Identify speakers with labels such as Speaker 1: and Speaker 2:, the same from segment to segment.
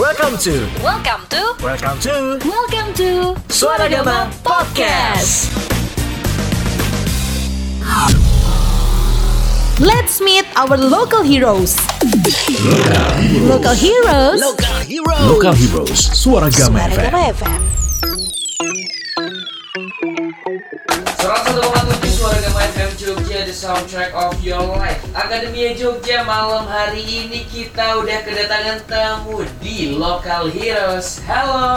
Speaker 1: Welcome to
Speaker 2: Welcome to
Speaker 1: Welcome to
Speaker 2: Welcome to
Speaker 1: Suara Gama Podcast.
Speaker 3: Let's meet our local heroes. Local heroes.
Speaker 1: Local Heroes Local Heroes Suara Gama FM
Speaker 3: Gama FM.
Speaker 4: 101,7 Suara Gama FM Jogja The Soundtrack of Your Life Akademia Jogja malam hari ini kita udah kedatangan tamu di Local Heroes Halo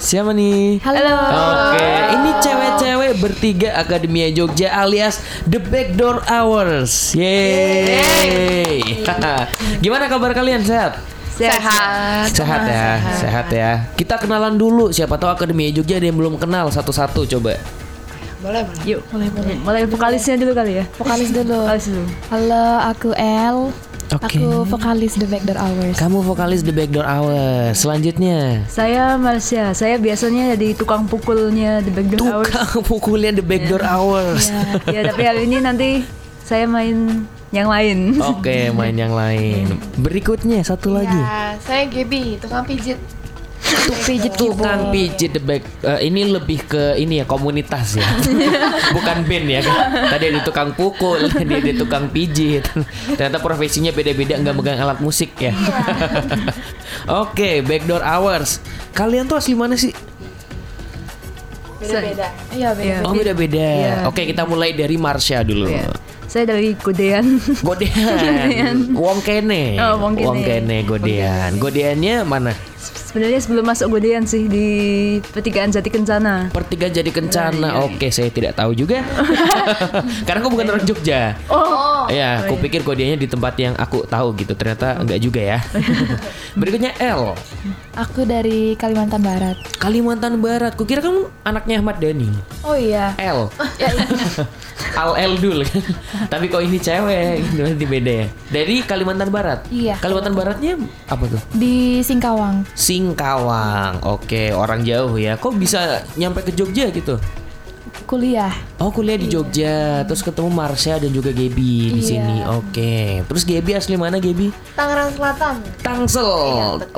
Speaker 4: Siapa nih?
Speaker 3: Halo.
Speaker 4: Oke, ini cewek-cewek bertiga Akademia Jogja alias The Backdoor Hours Yeay Gimana kabar kalian? Sehat?
Speaker 3: Sehat.
Speaker 4: Sehat ya, sehat ya. Kita kenalan dulu. Siapa tahu Akademia Jogja ada yang belum kenal satu-satu coba.
Speaker 5: Yuk, mulai mulai. Mulai vokalisnya dulu kali ya.
Speaker 6: Vokalis dulu.
Speaker 5: Vokalis dulu.
Speaker 6: Halo, Eh, aku El.
Speaker 4: Oke.
Speaker 6: Aku vokalis The Backdoor Hours.
Speaker 4: Kamu vokalis The Backdoor Hour. Selanjutnya
Speaker 5: Saya Marsha. Saya biasanya jadi tukang pukulnya The Backdoor Hours.
Speaker 4: tukang pukulnya The Backdoor Hours.
Speaker 5: Ya, tapi hari ini nanti saya main yang lain.
Speaker 4: Oke, main yang lain. Berikutnya satu lagi.
Speaker 7: Ya, saya Gaby, tukang pijit. Iya,
Speaker 6: Untuk pijit
Speaker 4: Tukang
Speaker 6: keyboard.
Speaker 4: pijit The Back eh, ini lebih ke ini ya komunitas ya. Bukan band ya kan. Tadi ada tukang pukul, dia ada tukang pijit. Ternyata profesinya beda-beda nggak megang alat musik ya. Oke, Backdoor Hours. Kalian tuh asli mana sih?
Speaker 7: Beda-beda. Iya, beda.
Speaker 4: Oh, beda-beda.
Speaker 5: Iya.
Speaker 4: Oke, kita mulai dari Marsha dulu.
Speaker 5: Ya. Saya dari Kudean.
Speaker 4: Godean. Wong kene.
Speaker 5: Oh, wong kene.
Speaker 4: godean. Godeannya mana?
Speaker 5: Sebenarnya sebelum masuk Godean sih di Pertigaan Jati Kencana.
Speaker 4: Pertiga jadi kencana. Oke, saya tidak tahu juga. Karena aku bukan orang Jogja.
Speaker 7: Oh,
Speaker 4: Ya, aku pikir godeannya di tempat yang aku tahu gitu. Ternyata enggak juga ya. Berikutnya L.
Speaker 6: Aku dari Kalimantan Barat.
Speaker 4: Kalimantan Barat. Kukira kamu anaknya Ahmad Dhani.
Speaker 7: oh iya.
Speaker 4: L. Al L dul. Tapi kok ini cewek, gitu, nanti beda ya. Dari Kalimantan Barat.
Speaker 6: Iya.
Speaker 4: Kalimantan Baratnya apa tuh?
Speaker 6: Di Singkawang.
Speaker 4: Singkawang. Oke, orang jauh ya. Kok bisa nyampe ke Jogja gitu?
Speaker 6: Kuliah.
Speaker 4: Oh, kuliah di
Speaker 7: Iya.
Speaker 4: Jogja, terus ketemu Marsha dan juga Gaby di
Speaker 6: Iya.
Speaker 4: sini. Oke. Terus Gaby asli mana Gaby?
Speaker 7: Tangerang Selatan.
Speaker 4: Tangsel.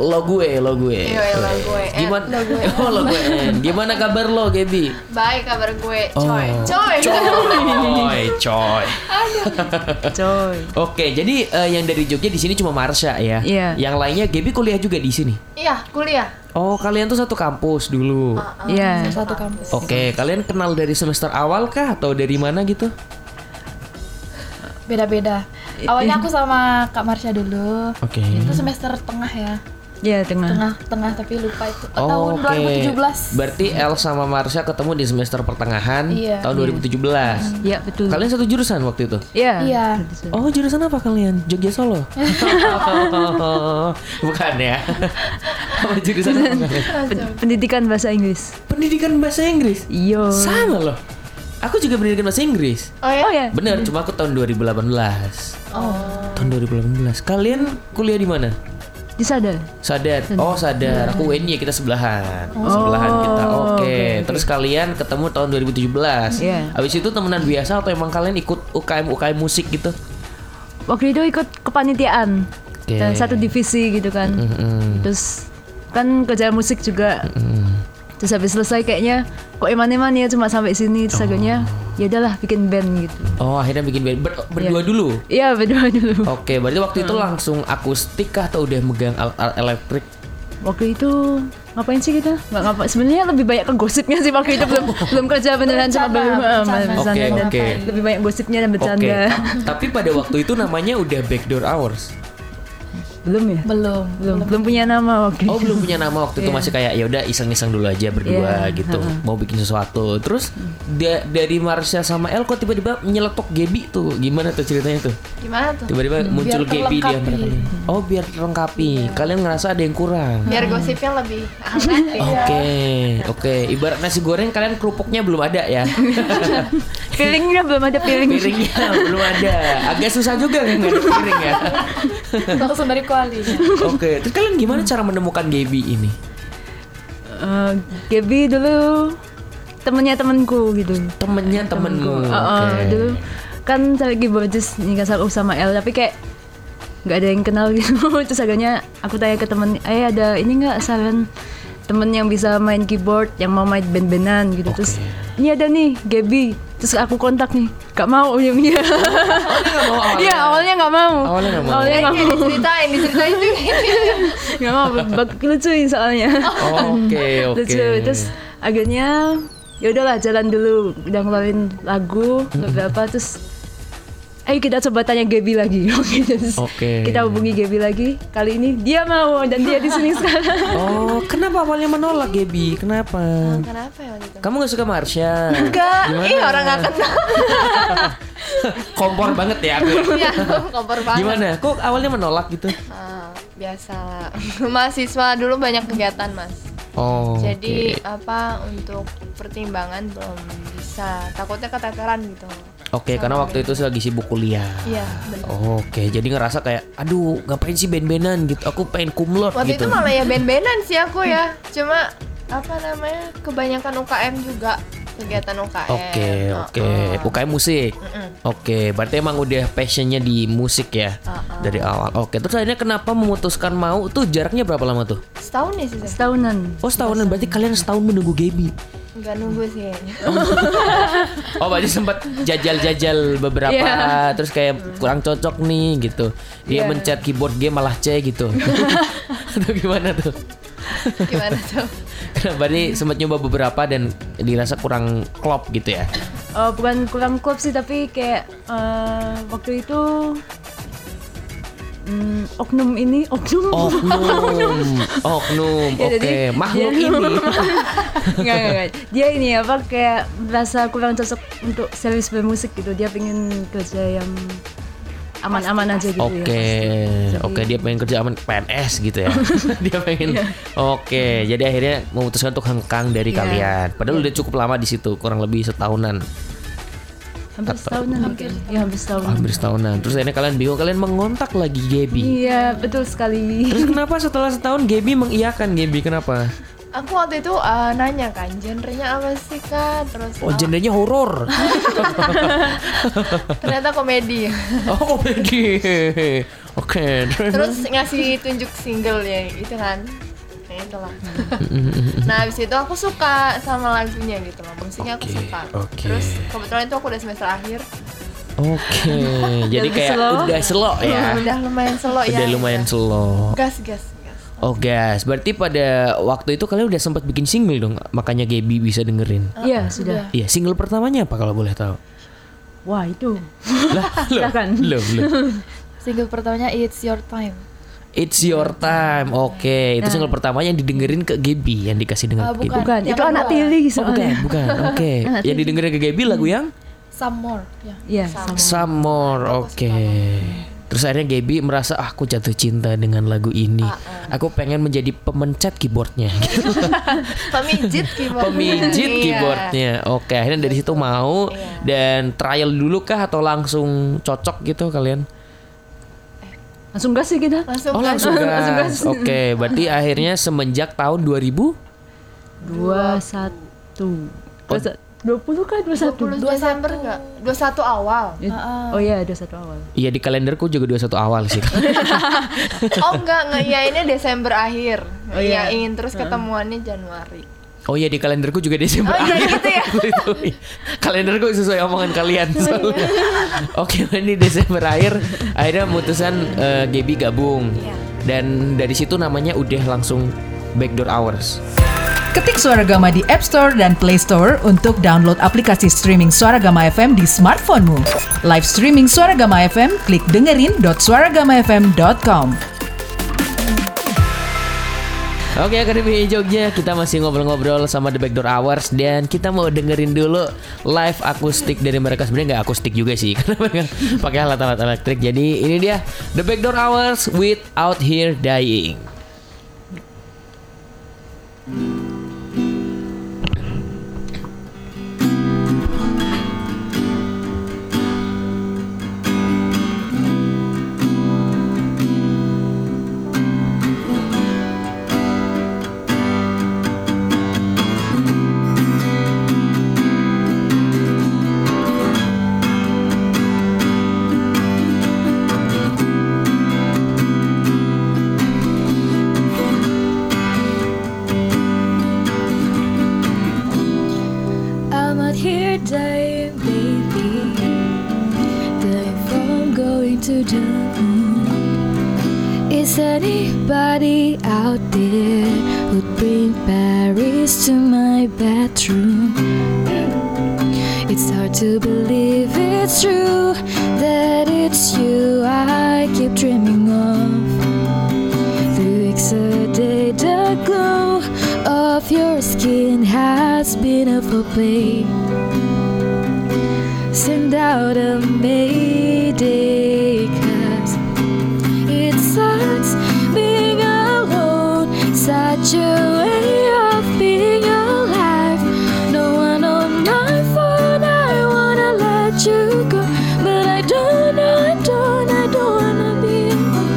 Speaker 4: lo gue, lo gue.
Speaker 7: Iya, lo gue. Eh,
Speaker 4: Gimana?
Speaker 7: lo gue.
Speaker 4: Oh, lo gue. Gimana kabar lo, Gaby?
Speaker 7: Baik kabar gue, coy.
Speaker 4: Oh.
Speaker 7: Coy.
Speaker 4: Coy, coy.
Speaker 5: Coy.
Speaker 4: Oke, jadi eh, yang dari Jogja di sini cuma Marsha ya.
Speaker 5: Iya.
Speaker 4: Yang lainnya Gaby kuliah juga di sini.
Speaker 7: Iya, kuliah.
Speaker 4: Oh, kalian tuh satu kampus dulu.
Speaker 7: Ah.
Speaker 5: Iya.
Speaker 6: Satu kampus.
Speaker 4: Oke, kalian kenal dari semester awal kah atau dari mana gitu?
Speaker 6: Beda-beda. Awalnya aku sama Kak Marsha dulu.
Speaker 4: Oke.
Speaker 6: Itu semester tengah ya.
Speaker 5: Iya, tengah.
Speaker 6: Tengah-tengah tapi lupa itu. tahun
Speaker 4: Oh, oke.
Speaker 6: 2017.
Speaker 4: Berarti El sama Marsha ketemu di semester pertengahan
Speaker 6: Iya.
Speaker 4: tahun 2017.
Speaker 5: Iya, betul.
Speaker 4: Kalian satu jurusan waktu itu?
Speaker 5: Iya.
Speaker 6: Iya.
Speaker 4: Oh, jurusan apa kalian? Jogja Solo. Bukan ya. apa jurusan apa kalian?
Speaker 5: Pen- Pendidikan bahasa Inggris.
Speaker 4: Pendidikan bahasa Inggris.
Speaker 5: Yo.
Speaker 4: Sama loh. Aku juga pendidikan bahasa Inggris.
Speaker 7: Oh ya.
Speaker 5: Oh ya.
Speaker 4: Bener,
Speaker 6: Iya.
Speaker 4: cuma aku tahun 2018. Oh. Tahun 2018. Kalian kuliah di mana?
Speaker 5: Di sadar.
Speaker 4: Sadar. Oh, sadar. Aku UNY kita sebelahan. Sebelahan kita. Oke. Terus kalian ketemu tahun 2017.
Speaker 5: Iya.
Speaker 4: Habis itu temenan biasa atau emang kalian ikut UKM UKM musik gitu?
Speaker 5: Waktu itu ikut kepanitiaan
Speaker 4: Oke.
Speaker 5: dan satu divisi gitu kan.
Speaker 4: Hmm.
Speaker 5: Terus kan kerja musik juga. Terus habis selesai kayaknya kok eman-eman ya cuma sampai sini terus akhirnya ya udahlah bikin band gitu.
Speaker 4: Oh, akhirnya bikin band Ber- berdua dulu.
Speaker 5: Iya berdua dulu.
Speaker 4: Oke, berarti waktu itu langsung akustik kah atau udah megang alat alat elektrik?
Speaker 5: Waktu itu ngapain sih kita? Nggak ngapa. Sebenarnya lebih banyak ke gosipnya sih waktu itu belum belum kerja beneran cuma
Speaker 6: Bercanda,
Speaker 5: belum eh,
Speaker 6: bercanda.
Speaker 5: bercanda
Speaker 4: Oke,
Speaker 5: dan
Speaker 4: oke.
Speaker 5: lebih banyak gosipnya dan
Speaker 4: Oke.
Speaker 5: bercanda.
Speaker 4: ta- Tapi pada waktu itu namanya udah Backdoor Hours.
Speaker 5: Belum ya?
Speaker 6: Belum.
Speaker 5: Belum belum punya nama waktu
Speaker 4: Oh,
Speaker 5: itu.
Speaker 4: belum punya nama waktu itu masih kayak ya udah iseng-iseng dulu aja berdua
Speaker 5: Iya,
Speaker 4: gitu. Mau bikin sesuatu. Terus da- dari Marsha sama El kok tiba-tiba nyeletuk Gaby tuh. Gimana tuh ceritanya tuh?
Speaker 7: Gimana tuh?
Speaker 4: Tiba-tiba muncul Gaby di antara
Speaker 6: terlengkapi.
Speaker 4: kalian. Oh, biar
Speaker 5: Iya.
Speaker 4: terlengkapi. Kalian ngerasa ada yang kurang.
Speaker 7: Biar gosipnya lebih hangat
Speaker 5: Iya.
Speaker 4: Oke,
Speaker 7: ya.
Speaker 4: oke. Ibarat nasi goreng kalian kerupuknya belum ada ya.
Speaker 5: Iya. Feelingnya belum ada feeling.
Speaker 4: piringnya belum ada agak susah juga kan nggak ada piring ya
Speaker 6: Langsung dari kuali.
Speaker 4: oke terus kalian gimana cara menemukan Gaby ini
Speaker 5: Eh, Gaby dulu temennya temenku gitu
Speaker 4: temennya temenmu
Speaker 5: Eh,
Speaker 4: oke
Speaker 5: eh, dulu kan saya lagi borges nikah sama sama El tapi kayak nggak ada yang kenal gitu terus akhirnya aku tanya ke temen eh ada ini nggak saran temen yang bisa main keyboard yang mau main band-bandan gitu terus ini ada nih Gaby terus aku kontak nih gak mau ujungnya
Speaker 4: Oh, Nggak mau awalnya.
Speaker 5: iya awalnya nggak mau
Speaker 4: Awalnya nggak mau.
Speaker 5: awalnya nggak mau
Speaker 7: Iya, diceritain diceritain juga
Speaker 5: nggak mau bak- lucuin soalnya
Speaker 4: Oke oke.
Speaker 5: lucu terus akhirnya ya udahlah jalan dulu udah ngeluarin lagu beberapa terus ayo kita coba tanya Gaby lagi oke terus
Speaker 4: Oke.
Speaker 5: kita hubungi Gaby lagi kali ini dia mau dan dia di sini sekarang
Speaker 4: Oh kenapa awalnya menolak Gaby? Kenapa?
Speaker 7: kenapa ya gitu
Speaker 4: Kamu nggak suka Marsha?
Speaker 7: enggak ih
Speaker 4: Gimana?
Speaker 7: orang gak kenal
Speaker 4: Kompor banget ya aku.
Speaker 7: ya kompor banget
Speaker 4: Gimana? Kok awalnya menolak gitu?
Speaker 7: Ah, biasalah mahasiswa dulu banyak kegiatan mas
Speaker 4: Oh.
Speaker 7: jadi apa untuk pertimbangan belum bisa takutnya keteteran gitu
Speaker 4: Oke, karena waktu itu lagi sibuk kuliah.
Speaker 7: iya benar
Speaker 4: Oke, jadi ngerasa kayak, aduh, ngapain sih ben-benan gitu? Aku pengen kumlot
Speaker 7: waktu
Speaker 4: gitu.
Speaker 7: itu malah ya ben-benan sih aku ya cuma apa namanya kebanyakan UKM juga kegiatan UKM
Speaker 4: Oke,
Speaker 7: Oh,
Speaker 4: oke.
Speaker 7: oh.
Speaker 4: UKM musik. Oke, berarti emang udah passionnya di musik ya
Speaker 7: Oh,
Speaker 4: dari awal. Oke, terus akhirnya kenapa memutuskan mau? Tuh jaraknya berapa lama tuh?
Speaker 7: setahun ya sih Seth?
Speaker 5: setahunan
Speaker 4: Oh setahunan, berarti kalian setahun menunggu Gaby.
Speaker 7: nggak nunggu sih kayaknya.
Speaker 4: Oh berarti sempat jajal-jajal beberapa,
Speaker 5: Iya.
Speaker 4: terus kayak kurang cocok nih gitu. Dia mencet keyboard game malah C gitu. Atau gimana tuh?
Speaker 7: gimana tuh
Speaker 4: Kenapa nih sempat nyoba beberapa dan dirasa kurang klop gitu ya?
Speaker 5: Eh, bukan kurang klop sih tapi kayak eh, waktu itu hmm, oknum ini oknum
Speaker 4: Oh, Oknum, oknum,
Speaker 5: Oh, Ya,
Speaker 4: oke,
Speaker 5: jadi- Gitu
Speaker 4: makhluk
Speaker 5: jadi-
Speaker 4: ini.
Speaker 5: Enggak, enggak, enggak. Dia ini apa kayak merasa kurang cocok untuk serius bermusik gitu. Dia pengen kerja yang aman-aman aja gitu
Speaker 4: Oke, oke dia pengen kerja aman PNS gitu ya. dia pengen.
Speaker 5: Iya.
Speaker 4: Oke, jadi akhirnya memutuskan untuk hengkang dari kalian. Padahal
Speaker 5: Iya.
Speaker 4: udah cukup lama di situ, kurang lebih setahunan,
Speaker 5: ya. Hampir setahunan hampir. Ya, hampir setahunan.
Speaker 4: hampir setahunan. Terus akhirnya kalian bingung, kalian mengontak lagi Gaby.
Speaker 5: Iya, betul sekali.
Speaker 4: Terus kenapa setelah setahun Gaby mengiyakan Gaby kenapa?
Speaker 7: aku waktu itu eh, nanya kan genrenya apa sih kak terus
Speaker 4: Oh, gendernya horor.
Speaker 7: oh, ternyata komedi
Speaker 4: Oh, komedi. Oke. terus-
Speaker 7: terus ngasih tunjuk single ya itu kan nah itulah nah abis itu aku suka sama lagunya gitu loh musiknya aku
Speaker 4: Oke,
Speaker 7: suka
Speaker 4: oke.
Speaker 7: terus kebetulan itu aku udah semester akhir
Speaker 4: Oke, jadi
Speaker 5: Udah
Speaker 4: kayak
Speaker 5: slow.
Speaker 4: udah slow ya.
Speaker 7: udah lumayan slow ya
Speaker 4: Udah lumayan slow.
Speaker 7: gas gas gas
Speaker 4: Oh guys, berarti pada waktu itu kalian udah sempat bikin single dong, makanya Gaby bisa dengerin.
Speaker 5: Iya, sudah.
Speaker 4: Iya, single pertamanya apa kalau boleh tahu?
Speaker 5: Wah, itu.
Speaker 4: Lah, lo,
Speaker 5: Silakan.
Speaker 4: lo, lo.
Speaker 6: Single pertamanya It's Your Time.
Speaker 4: It's your time. Oke, itu single pertamanya yang didengerin ke Gaby, yang dikasih
Speaker 6: Ah,
Speaker 4: dengar ke Gaby.
Speaker 6: bukan.
Speaker 5: Bukan,
Speaker 6: Yang
Speaker 5: itu anak
Speaker 6: kedua.
Speaker 5: tiri
Speaker 4: Oh, bukan,
Speaker 5: soalnya.
Speaker 4: bukan. Oke.
Speaker 5: Nah,
Speaker 4: Yang didengerin ke Gaby lagu yang
Speaker 6: Some More. Ya.
Speaker 5: Iya, sama.
Speaker 4: Some More. Oke. Terus akhirnya Gaby merasa "Ah, aku jatuh cinta dengan lagu ini. Aku pengen menjadi pemencet keyboardnya.
Speaker 7: pemijit keyboard
Speaker 4: pemijit
Speaker 7: Iya.
Speaker 4: keyboardnya oke akhirnya dari situ mau
Speaker 5: Iya.
Speaker 4: dan trial dulu kah atau langsung cocok gitu kalian
Speaker 5: Langsung gas sih kita.
Speaker 7: langsung
Speaker 4: oh
Speaker 7: kan
Speaker 4: langsung
Speaker 5: Langsung gas.
Speaker 4: gas oke berarti akhirnya semenjak tahun 2000
Speaker 5: Dua, satu.
Speaker 4: Oh.
Speaker 5: Dua, sa- 20 kan 21.
Speaker 7: 20 Desember enggak 21 awal
Speaker 5: Oh iya, 21 awal.
Speaker 4: Iya di kalenderku juga 21 awal sih
Speaker 7: oh enggak enggak ya ini Desember akhir
Speaker 5: Oh, iya.
Speaker 7: ya ingin terus ketemuannya Januari
Speaker 4: Oh iya di kalenderku juga Desember
Speaker 7: Oh, iya,
Speaker 4: akhir.
Speaker 7: gitu ya? Iya.
Speaker 4: Itu, iya. kalenderku sesuai omongan kalian soalnya. Oke ini Desember akhir Akhirnya mutusan eh, Gaby gabung
Speaker 7: Iya.
Speaker 4: Dan dari situ namanya udah langsung Backdoor Hours
Speaker 2: Ketik Suara Gama di App Store dan Play Store untuk download aplikasi streaming Suara Gama FM di smartphone-mu. Live streaming Suara Gama FM, klik dengerin.suaragamafm.com.
Speaker 4: Oke Akademi Jogja, kita masih ngobrol-ngobrol sama The Backdoor Hours dan kita mau dengerin dulu live akustik dari mereka sebenarnya nggak akustik juga sih karena mereka pakai alat-alat elektrik. Jadi ini dia The Backdoor Hours with Out Here Dying.
Speaker 8: out here dying, baby. Dying from going to the moon. Is anybody out there who'd bring Paris to my bedroom? It's hard to believe it's true that it's you I keep dreaming of. Three weeks a day, the glow of your skin has been overplayed. Send out a mayday 'cause it sucks being alone, such a way of being alive. No one on my phone, I wanna let you go. But I don't, I don't, I don't wanna be alone.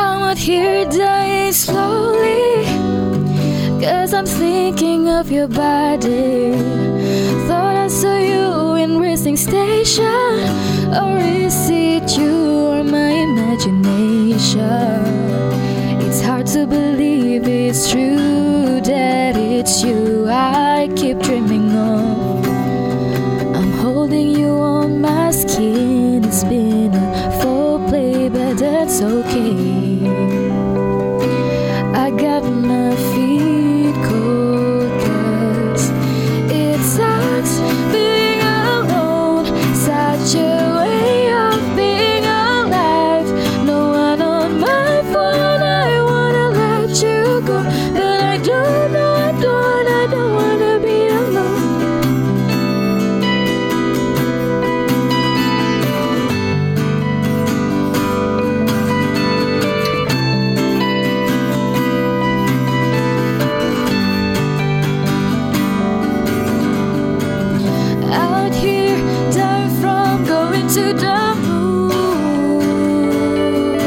Speaker 8: I'm out here dying slowly. Cause I'm thinking of your body. Thought I saw you in racing station. Or is it you or my imagination? It's hard to believe it's true that it's you I keep dreaming of. I'm holding you on my skin. It's been a full play, but that's okay. I got my feet cold, cause it sucks being alone. Such a way of being alive. No one on my phone, I wanna let you go. But I don't, I don't, I don't wanna be alone. out here, die from going to the moon.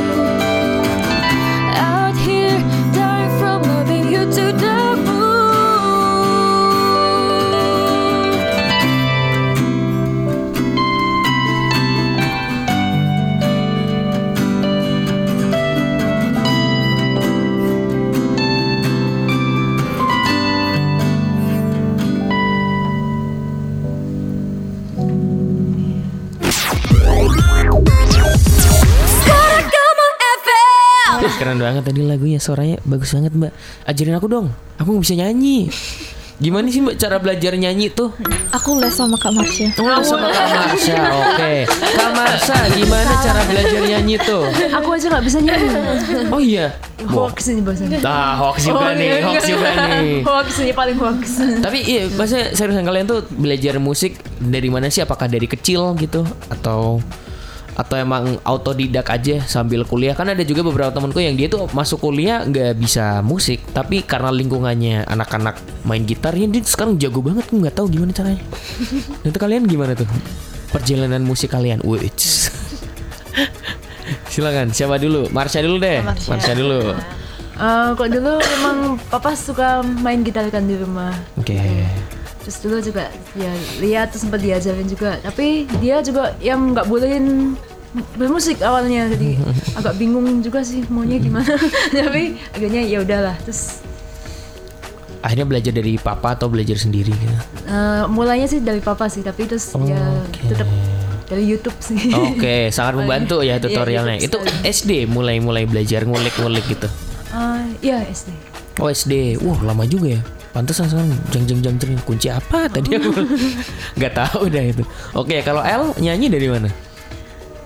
Speaker 8: Out here, die from loving you to the moon.
Speaker 4: Keren banget tadi lagunya Suaranya bagus banget mbak Ajarin aku dong Aku nggak bisa nyanyi Gimana sih mbak cara belajar nyanyi tuh?
Speaker 9: Aku les sama Kak Marsha.
Speaker 4: Oh, sama Kak Marsha, oke Kak Marsha, gimana cara belajar nyanyi tuh?
Speaker 5: Aku aja nggak bisa nyanyi.
Speaker 4: Oh iya Wah,
Speaker 5: Hoax Oh, iya. ini bahasanya.
Speaker 4: Nah, hoax juga nih, hoax juga nih
Speaker 10: Oh, iya. Hoax ini paling hoax.
Speaker 4: Tapi iya, maksudnya seriusan kalian tuh belajar musik dari mana sih? Apakah dari kecil gitu atau atau emang autodidak aja sambil kuliah? Kan ada juga beberapa temanku yang dia tuh masuk kuliah nggak bisa musik, tapi karena lingkungannya anak-anak main gitar, ya dia sekarang jago banget nggak tahu gimana caranya. Nah, Itu kalian gimana tuh perjalanan musik kalian? Which silakan siapa dulu? Marsha dulu deh,
Speaker 10: Marsha.
Speaker 4: Marsha dulu.
Speaker 5: Eh, kok dulu memang papa suka main gitar kan di rumah.
Speaker 4: Oke.
Speaker 5: Terus dulu juga ya lihat terus sempat diajarin juga. Tapi dia juga yang nggak bolehin bermusik awalnya jadi agak bingung juga sih maunya gimana. Tapi akhirnya ya udahlah. Terus
Speaker 4: Akhirnya belajar dari papa atau belajar sendiri gitu?
Speaker 5: eh, mulainya sih dari papa sih, tapi terus ya
Speaker 4: Oke.
Speaker 5: tetap dari YouTube sih.
Speaker 4: Oke, sangat membantu
Speaker 5: Iya,
Speaker 4: ya tutorialnya.
Speaker 5: gitu
Speaker 4: Itu SD mulai-mulai belajar ngulik-ngulik gitu.
Speaker 5: Eh, ya SD.
Speaker 4: Oh SD, wah lama juga ya. Pantesan sekarang jeng jeng jeng jeng kunci apa tadi
Speaker 5: Oh.
Speaker 4: aku nggak tahu dah itu. Oke, kalau L nyanyi dari mana?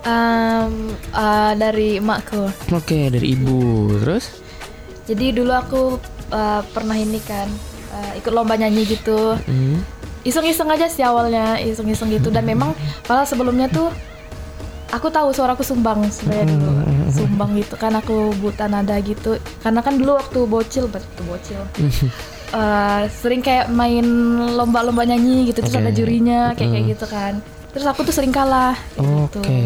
Speaker 10: Em, eh, dari emakku.
Speaker 4: Oke, dari ibu. Terus?
Speaker 8: Jadi dulu aku eh, pernah ini kan eh, ikut lomba nyanyi gitu.
Speaker 4: Hmm.
Speaker 8: Iseng-iseng aja sih awalnya, iseng-iseng gitu dan memang malah sebelumnya tuh aku tahu suaraku sumbang
Speaker 4: Hmm,
Speaker 8: sebenarnya dulu. Sumbang gitu kan aku buta nada gitu. Karena kan dulu waktu bocil, waktu bocil.
Speaker 4: Hmm.
Speaker 8: eh, sering kayak main lomba-lomba nyanyi gitu terus
Speaker 4: Oke. Hmm.
Speaker 8: ada jurinya kayak kayak gitu kan. Terus aku tuh sering kalah kayak
Speaker 4: Oke.
Speaker 8: gitu.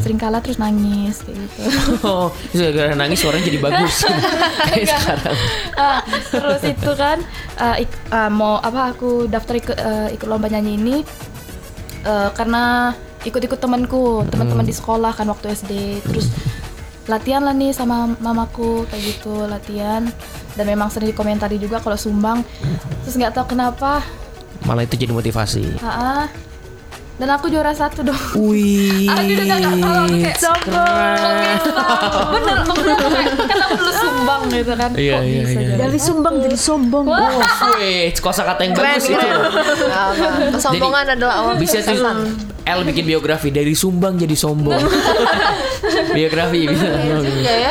Speaker 8: sering kalah terus nangis kayak gitu
Speaker 4: Oh, gara-gara nangis suaranya jadi bagus. Kayak sekarang.
Speaker 8: Ah, terus itu kan ah, ik- ah, mau apa aku daftar ikut eh, ikut lomba nyanyi ini eh, karena ikut-ikut temanku teman-teman
Speaker 4: Hmm.
Speaker 8: di sekolah kan waktu SD terus latihan lah nih sama mamaku kayak gitu latihan dan memang sering dikomentari juga kalau sumbang terus nggak tahu kenapa
Speaker 4: Malah itu jadi motivasi.
Speaker 8: ah, ah. dan aku juara satu dong
Speaker 4: Wih.
Speaker 8: Aku udah gak tau aku kayak sombong Bener, bener aku kayak, Kan aku dulu sumbang gitu kan
Speaker 4: Iya,
Speaker 8: Kok
Speaker 4: iya,
Speaker 8: bisa
Speaker 4: iya.
Speaker 8: jadi?
Speaker 5: Dari sumbang jadi sombong.
Speaker 4: Wih, kosa kata yang bagus itu.
Speaker 7: Apa? ya? Kesombongan adalah awal
Speaker 4: Oh, Bisa tuh
Speaker 7: kesuksesan.
Speaker 4: El bikin biografi dari sumbang jadi sombong. biografi bisa.
Speaker 7: Juga
Speaker 4: Iya.
Speaker 7: ya.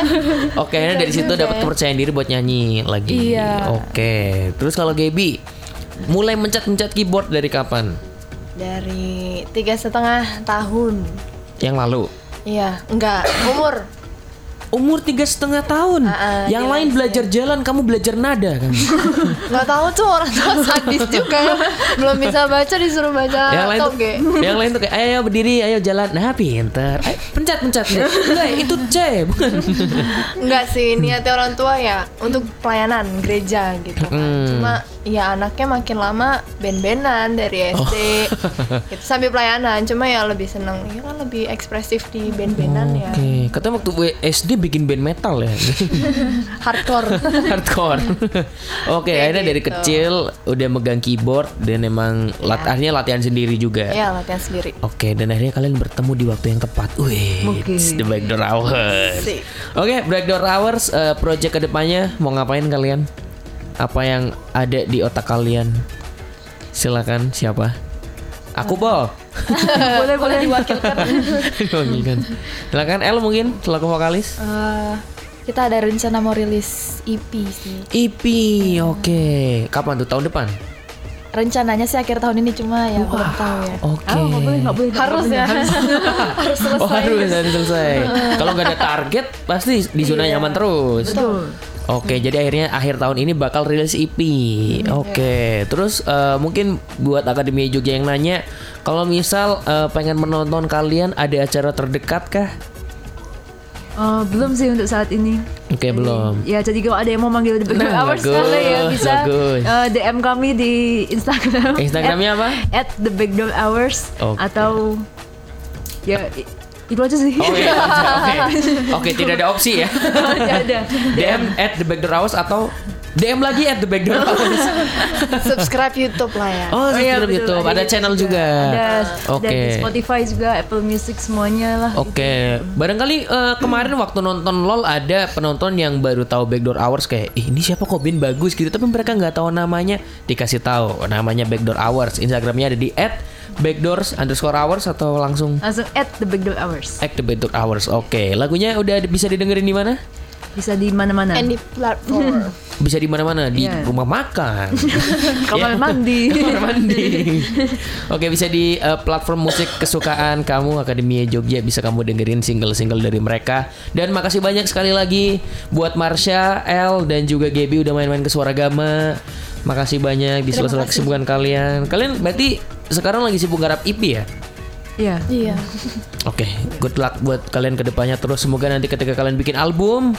Speaker 4: Oke, akhirnya dari situ dapat kepercayaan diri buat nyanyi lagi.
Speaker 8: Iya.
Speaker 4: Oke. Terus kalau Gaby mulai mencet-mencet keyboard dari kapan?
Speaker 7: Dari tiga setengah tahun.
Speaker 4: Yang lalu.
Speaker 7: Iya, enggak umur.
Speaker 4: Umur tiga setengah tahun.
Speaker 7: Ah, ah,
Speaker 4: yang
Speaker 7: iya
Speaker 4: lain
Speaker 7: sih.
Speaker 4: belajar jalan, kamu belajar nada kan?
Speaker 7: Enggak tahu tuh orang tua sadis juga. Belum bisa baca disuruh baca
Speaker 4: yang lain tuh,
Speaker 7: toge.
Speaker 4: yang lain tuh kayak ayo berdiri, ayo jalan. Nah, pinter. Ayo, pencet pencet. Enggak, itu C, bukan.
Speaker 7: Enggak sih, niatnya orang tua ya untuk pelayanan gereja gitu kan.
Speaker 4: Mm.
Speaker 7: Cuma ya anaknya makin lama ben-benan dari SD. gitu. Sambil pelayanan, cuma ya lebih seneng. Ya kan lebih ekspresif di ben-benan ya.
Speaker 4: Oke, katanya waktu SD bikin band metal ya.
Speaker 7: Hardcore.
Speaker 4: Hardcore. Oke,
Speaker 7: Kayak
Speaker 4: akhirnya dari
Speaker 7: gitu. Iya.
Speaker 4: kecil udah megang keyboard dan emang lat- akhirnya latihan sendiri juga.
Speaker 7: ya latihan sendiri.
Speaker 4: Oke, dan akhirnya kalian bertemu di waktu yang tepat. Wih, it's the backdoor hours.
Speaker 7: Sip.
Speaker 4: Oke, backdoor hours eh, project kedepannya mau ngapain kalian? Apa yang ada di otak kalian? Silakan siapa? Aku bol.
Speaker 5: boleh boleh diwakilkan.
Speaker 4: Dipanggilkan. Silakan El mungkin selaku vokalis.
Speaker 8: Eh, Kita ada rencana mau rilis EP sih
Speaker 4: IP, oke. Kapan tuh tahun depan?
Speaker 8: Rencananya sih akhir tahun ini cuma ya aku belum tahu ya
Speaker 4: Oke.
Speaker 5: Ah,
Speaker 8: Harus ya Harus
Speaker 4: Oh
Speaker 8: selesai
Speaker 4: harus harus selesai. Kalau nggak ada target pasti di zona
Speaker 5: Iya,
Speaker 4: nyaman terus. Oke, jadi akhirnya akhir tahun ini bakal rilis EP.
Speaker 5: Iya.
Speaker 4: Oke, terus eh, mungkin buat Akademi Jogja yang nanya, kalau misal eh, pengen menonton kalian ada acara terdekat kah?
Speaker 5: Oh, belum sih untuk saat ini.
Speaker 4: Oke, belum.
Speaker 5: Ya jadi kalau ada yang mau manggil di Backdoor
Speaker 4: Nah,
Speaker 5: Hours
Speaker 4: bagus,
Speaker 5: boleh ya bisa
Speaker 4: bagus.
Speaker 5: eh, DM kami di Instagram.
Speaker 4: Instagramnya apa?
Speaker 5: At, the Backdoor Hours
Speaker 4: Oke.
Speaker 5: atau ya i- itu aja sih.
Speaker 4: Oke, Oh, iya. oke. Oke, tidak ada opsi ya.
Speaker 5: Tidak ada.
Speaker 4: DM at the backdoor hours atau DM lagi at the backdoor
Speaker 5: Oh,
Speaker 4: hours.
Speaker 7: Subscribe YouTube lah ya.
Speaker 5: iya,
Speaker 4: Oh, subscribe
Speaker 5: betul.
Speaker 4: YouTube. Ada channel juga.
Speaker 5: Ada
Speaker 4: Ya, Oke. Oh.
Speaker 5: dan di Spotify juga, Apple Music semuanya lah.
Speaker 4: Oke, barangkali eh, kemarin waktu nonton LOL ada penonton yang baru tahu Backdoor Hours kayak Ih, ini siapa kok band bagus gitu, tapi mereka nggak tahu namanya. Dikasih tahu namanya Backdoor Hours. Instagramnya ada di @backdoors underscore hours atau langsung
Speaker 5: Langsung at the Backdoor Hours.
Speaker 4: at the Backdoor Hours. Oke, lagunya udah bisa didengerin di mana?
Speaker 5: Bisa di mana-mana.
Speaker 7: And di platform.
Speaker 4: Bisa di mana-mana di
Speaker 5: Iya.
Speaker 4: rumah makan,
Speaker 5: Kamar
Speaker 4: Ya.
Speaker 5: mandi.
Speaker 4: kamar mandi. Oke, bisa di eh, platform musik kesukaan kamu Akademia Jogja bisa kamu dengerin single-single dari mereka. Dan makasih banyak sekali lagi buat Marsha, El dan juga Gaby udah main-main ke Suara Gama. Makasih banyak di sela-sela kesibukan kalian. Kalian berarti sekarang lagi sibuk garap IP ya?
Speaker 5: Iya.
Speaker 8: Iya
Speaker 4: Oke, good luck buat kalian kedepannya terus. Semoga nanti ketika kalian bikin album,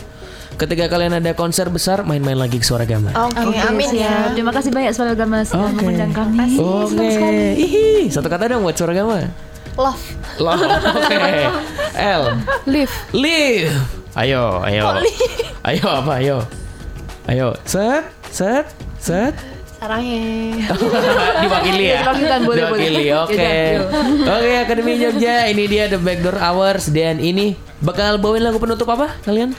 Speaker 4: ketika kalian ada konser besar, main-main lagi ke Suara Gama.
Speaker 7: Oke, amin
Speaker 5: siap.
Speaker 7: ya.
Speaker 5: Terima kasih banyak Suara Gama sudah mengundang kami.
Speaker 4: Oke, Ihi, satu kata dong buat Suara Gama.
Speaker 7: Love.
Speaker 4: Loh, oke. L.
Speaker 8: Live
Speaker 4: Live. Ayo, ayo. Ayo apa ayo? Ayo. Set, set, set.
Speaker 7: Sarangnya.
Speaker 4: Diwakili ya.
Speaker 5: Diwakilkan, boleh, boleh.
Speaker 4: Diwakili. Oke.
Speaker 5: Yaudah,
Speaker 4: Oke, Akademi Jogja. Ini dia The Backdoor Hours dan ini bakal bawain lagu penutup apa kalian?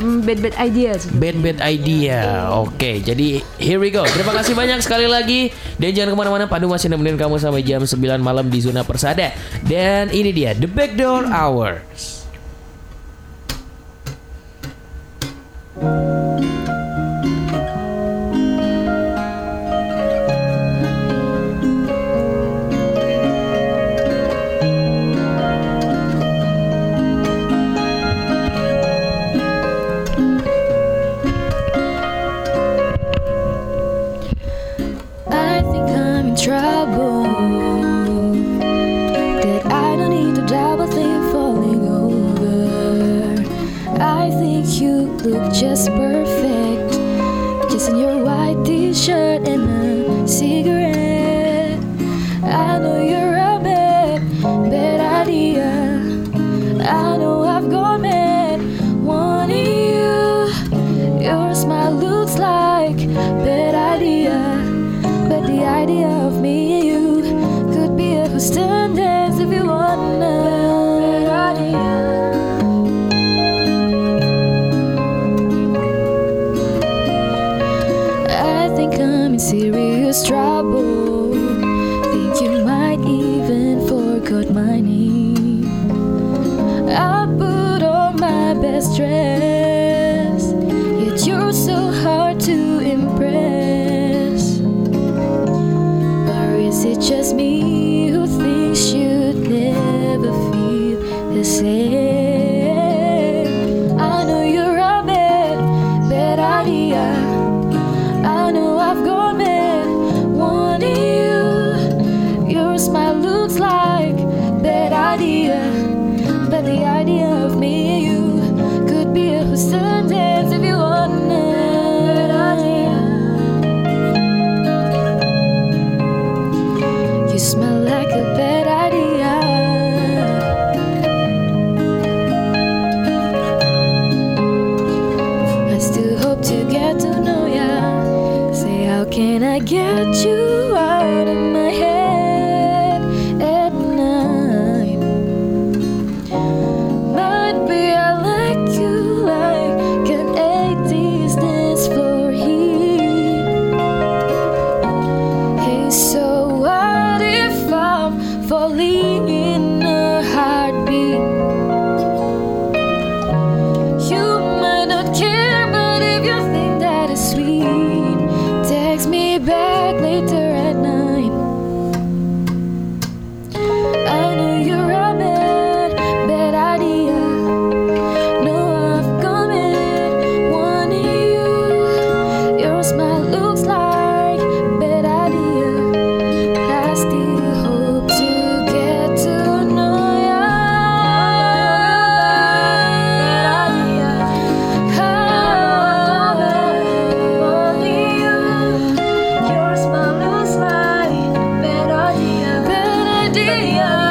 Speaker 5: Mm, Bad bad idea. sih.
Speaker 4: Bad Bad Idea. ya. Oke, jadi here we go. Terima kasih banyak sekali lagi. Dan jangan kemana-mana, Pandu masih nemenin kamu sampai jam 9 malam di Zona Persada. Dan ini dia, The Backdoor Hours.
Speaker 11: I think I'm in trouble. That I don't need to double think falling
Speaker 8: look just perfect. Just in your white t shirt and a cigarette. I know you're a bad, bad idea. I know I've gone mad wanting you. Your smile looks like bad idea, but the idea of me and you could be a Houston dance if you wanna. Bad idea. I think I'm in serious trouble. Think you might even forgot my name. I put on my best dress, yet you're so hard to impress. Or is it just me who thinks you'd never feel the same? I know you're a bad, bad idea. I know I've gone mad wanting you. Your smile looks like bad idea, but the idea of me and you could be a Houston dance if you want. Bad idea. You smell like a bad idea. I still hope to get to know ya. Say, how can I get you out of my head at night? Might be I like you like an 80s dance floor heat. Hey, so what if I'm falling in a heartbeat? You might not care, but if you think that is sweet, text me back later at night. I know you're a bad, bad idea. No, I've come in wanting you. Your smile looks like bad idea. But I still hope to get to know ya. Your smile looks like bad idea. Bad idea.
Speaker 3: Ah,